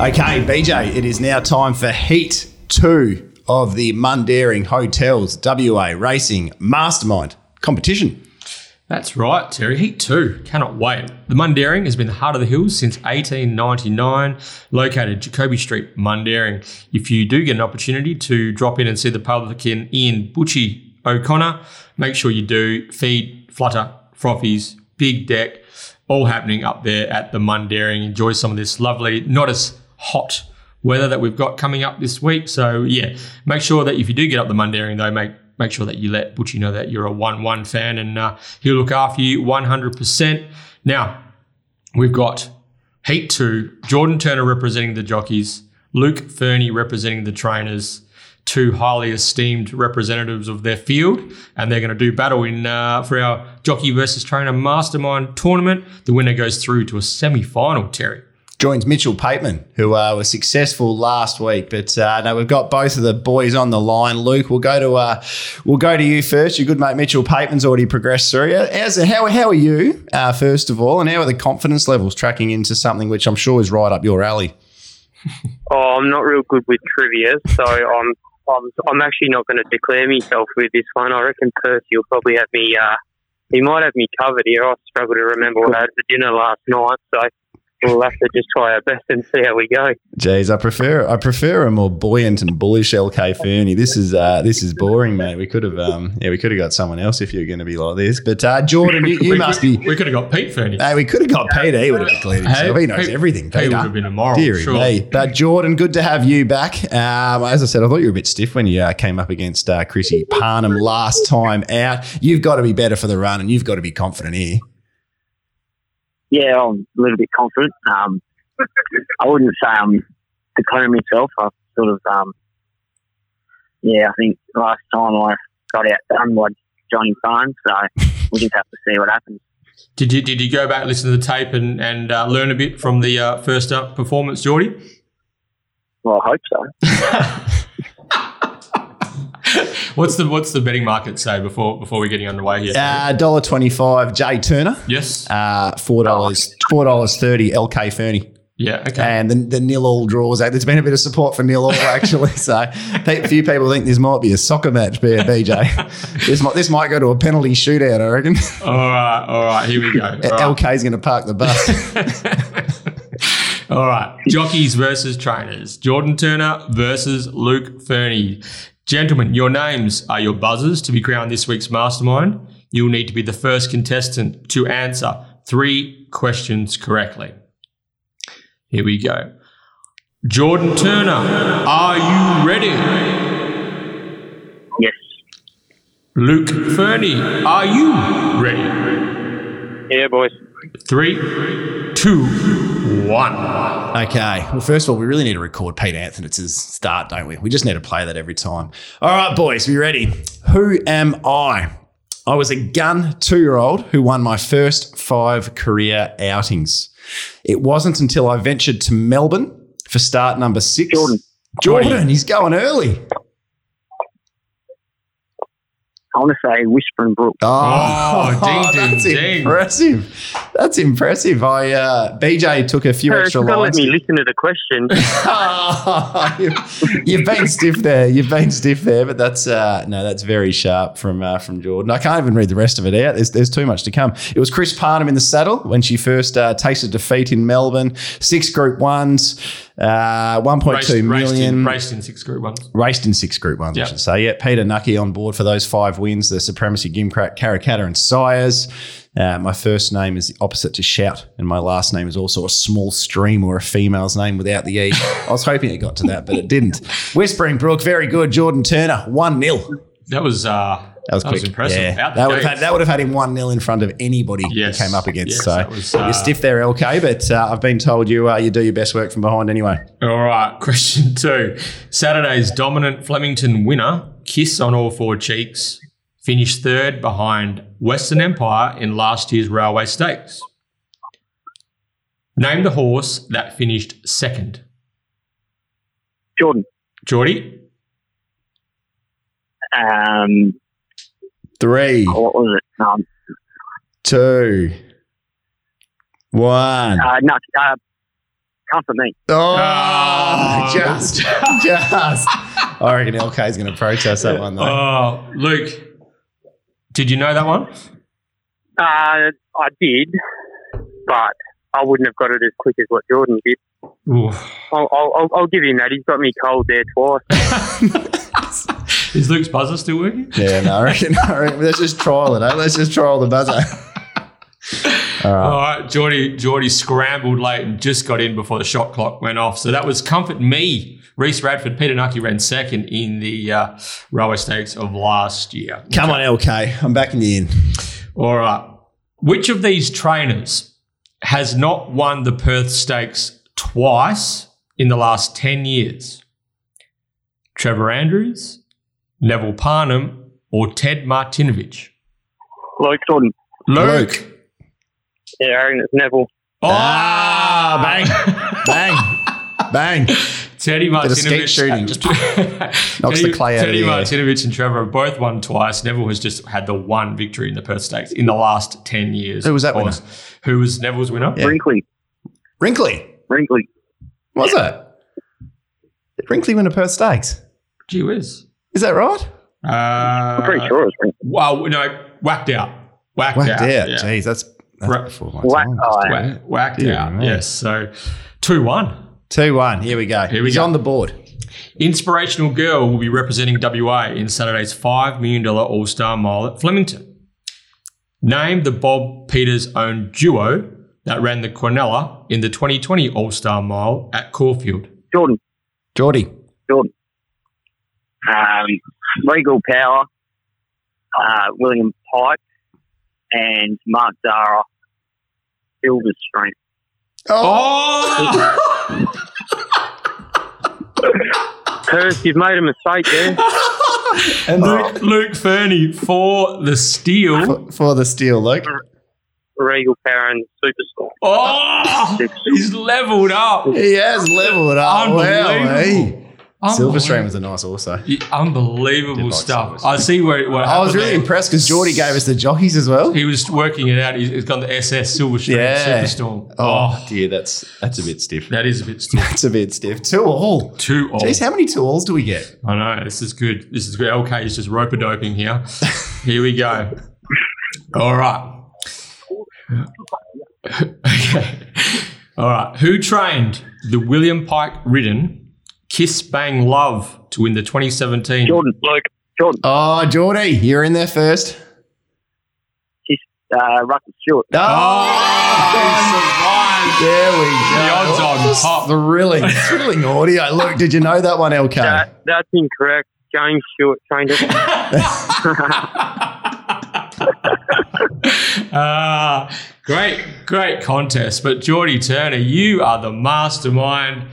Okay, BJ, it is now time for Heat 2 of the Mundaring Hotels WA Racing Mastermind competition. That's right, Terry. Heat 2. Cannot wait. The Mundaring has been the heart of the hills since 1899, located Jacoby Street, Mundaring. If you do get an opportunity to drop in and see the Republican Ian Butchie O'Connor, make sure you do. Feed, flutter, frothies, big deck, all happening up there at the Mundaring. Enjoy some of this lovely, not as hot weather that we've got coming up this week. So yeah, make sure that if you do get up the Mundaring though, make make sure that you let Butchie know that you're a one-one fan and uh, he'll look after you 100%. Now we've got Heat Two, Jordan Turner representing the jockeys, Luke Fernie representing the trainers. Two highly esteemed representatives of their field, and they're going to do battle in uh, for our jockey versus trainer mastermind tournament. The winner goes through to a semi-final. Terry, Joins Mitchell Pateman, who uh, was successful last week, but uh, no, we've got both of the boys on the line. Luke, we'll go to uh, we'll go to you first. Your good mate Mitchell Pateman's already progressed through. How's, how how are you uh, first of all, and how are the confidence levels tracking into something which I'm sure is right up your alley? Oh, I'm not real good with trivia, so I'm I'm, I'm actually not going to declare myself with this one. I reckon Percy will probably have me. Uh, he might have me covered here. I struggle to remember what I had for dinner last night, so we'll have to just try our best and see how we go. Jeez, I prefer I prefer a more buoyant and bullish LK Fernie. This is uh, this is boring, mate. We could have um, yeah, we could have got someone else if you were going to be like this. But uh, Jordan, you, you we must could, be. We could have got Pete Fernie. Hey, we could have got Peter. He would have declared himself. He knows Pete- everything. Pete would Peter. have been a moral. Deary sure. me. But Jordan, good to have you back. Um, as I said, I thought you were a bit stiff when you uh, came up against uh, Chrissy Parnham last time out. You've got to be better for the run, and you've got to be confident here. yeah, I'm a little bit confident. Um, I wouldn't say I'm declaring myself. I sort of, um, yeah, I think last time I got outdone by Johnny Barnes, so we'll just have to see what happens. Did you did you go back listen to the tape and and uh, learn a bit from the uh, first up performance, Geordie? Well, I hope so. what's the what's the betting market say before before we're getting underway here? Uh, Dollar twenty-five, Jay Turner. yes. Uh, four dollars, four dollars thirty, LK Fernie. yeah. Okay. and the, the nil all draws out. There's been a bit of support for nil all actually. so a few people think this might be a soccer match, but BJ, this might this might go to a penalty shootout. I reckon all right. All right. Here we go. All right. LK's going to park the bus. All right. Jockeys versus trainers. Jordan Turner versus Luke Fernie. Gentlemen, your names are your buzzers to be crowned this week's mastermind. You'll need to be the first contestant to answer three questions correctly. Here we go. Jordan Turner, are you ready? Yes, Luke Fernie, are you ready? Yeah, boys. Three, two, one. okay. Well, first of all, we really need to record Pete Anthony's start, don't we? We just need to play that every time. All right, boys, we ready? Who am I? I was a gun two year old who won my first five career outings. It wasn't until I ventured to Melbourne for start number six. Jordan. Jordan, he's going early. I want to say Whispering Brook. Oh, ding, ding, that's ding. impressive. That's impressive. I uh, BJ took a few Percy, extra don't let lines. me listen to the question. Oh, you've, you've been stiff there. You've been stiff there, but that's uh, no, that's very sharp from uh, from Jordan. I can't even read the rest of it out. There's, there's too much to come. It was Chris Parnham in the saddle when she first uh, tasted defeat in Melbourne. Six Group Ones, uh, one point Raced, two raced million in, raced in six group ones. raced in six Group Ones, Yeah. I should say. Yeah, Peter Nucky on board for those five wins. The Supremacy Gimcrack, Karakata, and Sires. Uh, my first name is the opposite to shout, and my last name is also a small stream or a female's name without the e. I was hoping it got to that, but it didn't. Whispering Brook, very good. Jordan Turner, one 0 That was uh, That was That quick. was impressive. Yeah. Out the That would have gate. had that would have had him one 0 in front of anybody Yes. he came up against. Yes, so that was, uh, you're stiff there, LK. But uh, I've been told you uh, you do your best work from behind anyway. All right, question two. Saturday's dominant Flemington winner, Kiss on all four cheeks, finished third behind Western Empire in last year's Railway Stakes. Name the horse that finished second. Jordan. Geordie? Um, Three, what was it? Um, two, one. uh, no, uh, come for me. Oh, Oh. just, just. I reckon LK is going to protest that one though. Oh, Luke, did you know that one? Uh, I did, but I wouldn't have got it as quick as what Jordan did. Ooh. I'll, I'll, I'll- I'll give him that. He's got me cold there twice. Is Luke's buzzer still working? Yeah, no, I reckon, I reckon. Let's just trial it. Eh? Let's just trial the buzzer. All right. All right, Geordie, Geordie scrambled late and just got in before the shot clock went off. So that was Comfort Me. Reese Radford, Peter Nucky ran second in the uh, Railway Stakes of last year. Come on, LK. I'm back in the inn. All right. Which of these trainers has not won the Perth Stakes twice in the last 10 years? Trevor Andrews, Neville Parnham, or Ted Martinovich? Luke Jordan. Luke. Yeah, I reckon it's Neville. Ah, Oh, bang. Bang. Bang. Teddy a skeet Martinovich shooting. Just Knocks the clay out of Teddy the air. Martinovich and Trevor have both won twice. Neville has just had the one victory in the Perth Stakes in the last ten years. Who was that Of course. Who was Neville's winner? Yeah. Brinkley. Wrinkly. Brinkley. Was it? Did Wrinkly win a Perth Stakes? Gee whiz. Is that right? Uh, I'm pretty sure it was Brinkley. Well, no, whacked out. Whacked, Whacked out. out. Yeah. Jeez, that's, that's Right. before my Whack time. eye. Wha- whacked Dear out. me. Yes. So 2 1. 2 1. Here we go. Here we He's go. on the board. Inspirational Girl will be representing WA in Saturday's $5 million All Star Mile at Flemington. Name the Bob Peters owned duo that ran the Quinella in the 2020 All Star Mile at Caulfield. Jordan. Geordie. Um, Regal Power. Uh, William Pike. And Mark Dara. Silver Stream. Oh! Oh! Perth, you've made a mistake there. And Luke, Luke Fernie for the steal. for, for the steal, Luke. Regal Power and Superstorm. Oh! He's leveled up. He has leveled up. Oh, Wow, eh? Unbelievable. Silverstream was a nice also. Yeah, Did Unbelievable like stuff. Silverstone. I see where what I was happened really there. impressed because Geordie gave us the jockeys as well. He was working it out. He's, he's got the SS Silverstream Yeah. Superstorm. Oh, Oh, dear, that's that's a bit stiff. that is a bit stiff. That's a bit stiff. Two all. Too old. Jeez, how many two alls do we get? I know this is good. This is good. LK is just rope doping here. here we go. All right. okay. All right. Who trained the William Pike ridden Kiss Bang Love to win the 2017 Jordan. Luke, Oh, Geordie, you're in there first. Uh, Russell Stewart. Oh, Oh, survived. there we go. The odds on Just top. Thrilling, thrilling audio. Look, did you know that one, LK? that, that's incorrect. James Stewart trained it. Ah, great, great contest. But Geordie Turner, you are the mastermind.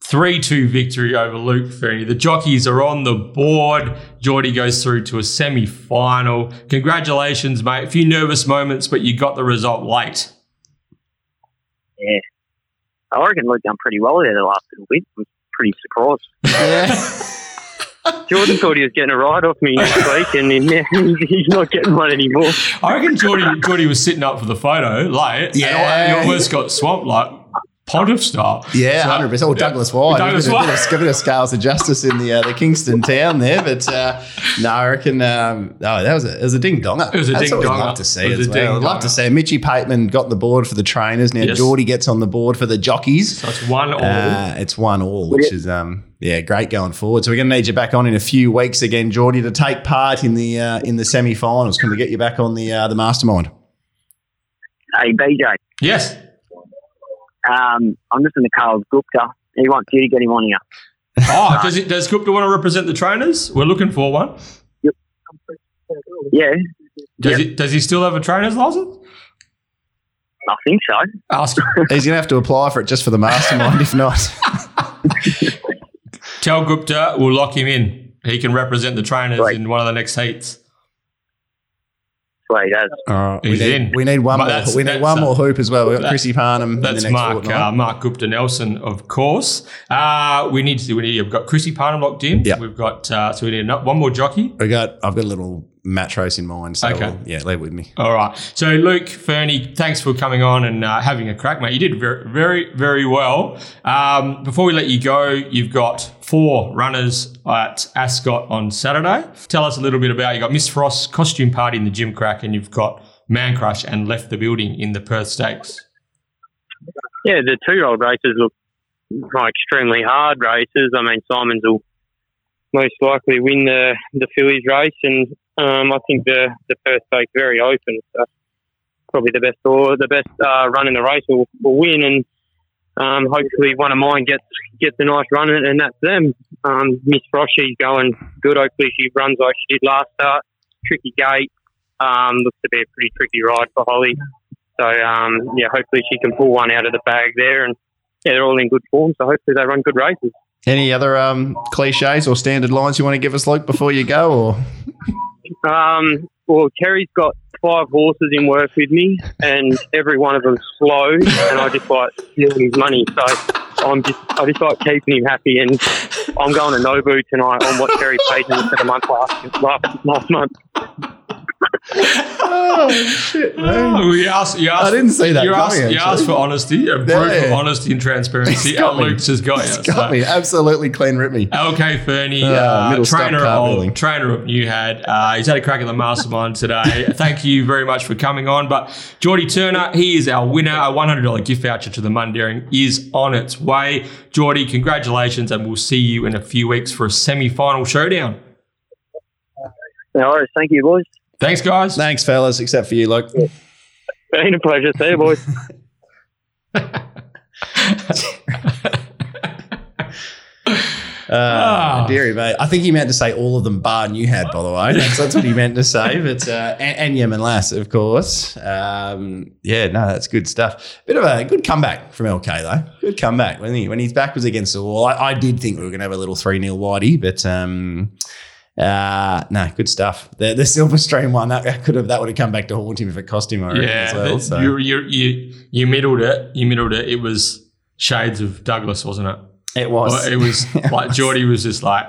3 2 victory over Luke Fernie. The jockeys are on the board. Geordie goes through to a semi final. Congratulations, mate. A few nervous moments, but you got the result late. Yeah. I reckon Luke done pretty well there the last little week. I'm pretty surprised. Yeah. Jordan thought he was getting a ride off me next week, and he, he's not getting one anymore. I reckon Geordie, Geordie was sitting up for the photo late. and Yeah. he almost got swamped like pot of style. Yeah, So- hundred percent. Oh, Douglas White. Douglas a bit, of- White. Bit, of, bit of scales of justice in the uh, the Kingston town there, but uh, no, I reckon. Um, oh, that was a it was a ding donger. It was a That's what we'd ding-donger. love to see. It was as a well. I'd love to ding-donger. see. Mitchy Pateman got the board for the trainers. Now Yes. Geordie gets on the board for the jockeys. So it's one all. Uh, it's one all, which is um, yeah, great going forward. So we're going to need you back on in a few weeks again, Geordie, to take part in the uh, in the semi-finals. Can we get you back on the uh, the mastermind? Hey, BJ. yes. Um, I'm just in the car with Gupta. He wants you to get him on here. Oh, does it, does Gupta want to represent the trainers? We're looking for one. Yeah, Does he does he still have a trainer's license? I think so. Ask him. He's going to have to apply for it just for the mastermind. if not, Tell Gupta we'll lock him in. He can represent the trainers Right. in one of the next heats. Sweet as. All right, Uh, we He's need, in. we need one But more. that's- We need that's one a- more hoop as well. We have got that- Chrissy Parnham. in That's the next Mark fortnight. um, uh, Mark Gupta Nelson, of course. Uh, we need to we need. We've got Chrissy Parnham locked in. Yeah. We've got uh, so we need ano- one more jockey. we got. I've got a little match race in mind. So Okay. we'll- yeah, leave it with me. All right. So, Luke, Fernie, thanks for coming on and uh, having a crack, mate. You did very, very, very well. Um, before we let you go, you've got four runners at Ascot on Saturday. Tell us a little bit about you got Miss Frost's costume party in the gym crack, and you've got Man Crush and Left the Building in the Perth Stakes. Yeah, the two year old races look like extremely hard races. I mean, Simons will most likely win the, the fillies race, and um, I think the the Perth stake's very open. So probably the best or the best uh, run in the race will, will win, and um, hopefully one of mine gets gets a nice run, and, and that's them. Um, Miss Froshy's going good. Hopefully she runs like she did last start. Tricky gate um, looks to be a pretty tricky ride for Holly. So um, yeah, hopefully she can pull one out of the bag there, and yeah, they're all in good form. So hopefully they run good races. Any other um, cliches or standard lines you want to give us, Luke, before you go? Or Um, well, Terry's got five horses in work with me, and every one of them's slow, and I just like stealing his money. So I'm just I just like keeping him happy, and I'm going to Nobu tonight on what Terry paid me for the month last last, last month. oh shit, Oh, you asked, you asked, I didn't see that You coming, asked, you actually. asked for honesty, a proof of Yeah. honesty and transparency. It's got and me. Luke's has got you. So- Got me absolutely clean, rip me. LK Fernie, Ah, uh, middle stop trainer car of wheeling. trainer of New Had. Uh, he's had a crack at the mastermind today. Thank you very much for coming on. But Geordie Turner, he is our winner. A one hundred dollar gift voucher to the Mundaring is on its way. Geordie, congratulations, and we'll see you in a few weeks for a semi final showdown. No worries. Thank you, boys. Thanks, guys. Thanks, fellas, except for you, Luke. Been a pleasure. See you, boys. Uh, Ah. Deary, mate. I think he meant to say all of them bar you had, by the way. That's, that's what he meant to say. But uh, and, and Yemen Lass, of course. Um, yeah, no, that's good stuff. Bit of a good comeback from LK though. Good comeback when he when his back was against the wall. I, I did think we were going to have a little three 0 whitey, but um, uh, no, good stuff. The, the Silver Stream one that, that could have that would have come back to haunt him if it cost him. I reckon, yeah, as well. th- So. you, you you you middled it. You middled it. It was shades of Douglas, wasn't it? It was. Well, it was like Geordie was just like,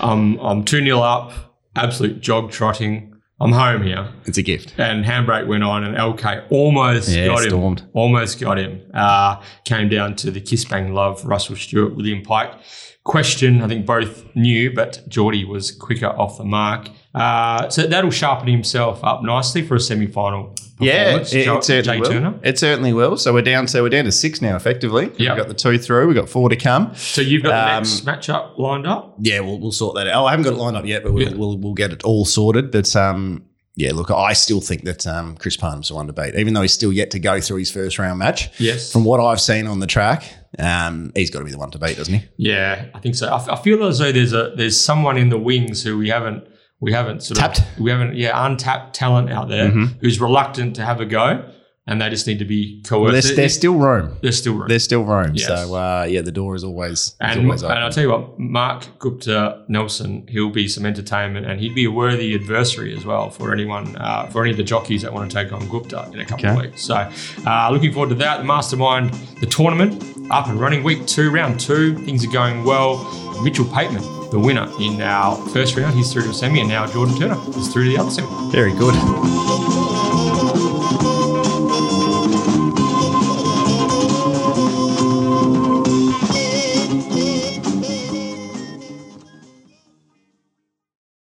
um, I'm 2 0 up, absolute jog trotting. I'm home here. it's a gift. And handbrake went on, and LK almost Yeah, got him. stormed. Almost got him. Uh, came down to the kiss bang love, Russell Stewart, William Pike. Question, I think both knew, but Geordie was quicker off the mark. Uh, so that'll sharpen himself up nicely for a semi final. Yeah, it, it certainly Jay will. Turner. It certainly will. So we're down. So we're down to six now, effectively. Yeah. We've got the two through. We've got four to come. So you've got the Um, next matchup lined up. yeah, we'll, we'll sort that out. Oh, I haven't got it lined up yet, but we'll, Yeah. we'll, we'll get it all sorted. But um, yeah, look, I still think that um, Chris Parham's the one to beat, even though he's still yet to go through his first round match. Yes. From what I've seen on the track, um, he's got to be the one to beat, doesn't he? Yeah, I think so. I, f- I feel as though there's a there's someone in the wings who we haven't we haven't sort Tapped? of we haven't yeah untapped talent out there Mhm. who's reluctant to have a go, and they just need to be coerced. there's, there's still room. There's still room. There's still room. Yes. So uh, yeah, the door is always, is and, always and open. I'll tell you what, Mark Gupta Nelson, he'll be some entertainment, and he'd be a worthy adversary as well for anyone, uh, for any of the jockeys that want to take on Gupta in a couple of weeks. So, uh, looking forward to that. The Mastermind, the tournament, up and running. Week two, round two, things are going well. Mitchell Pateman, the winner in our first round, he's through to a semi, and now Jordan Turner is through to the other semi. Very good.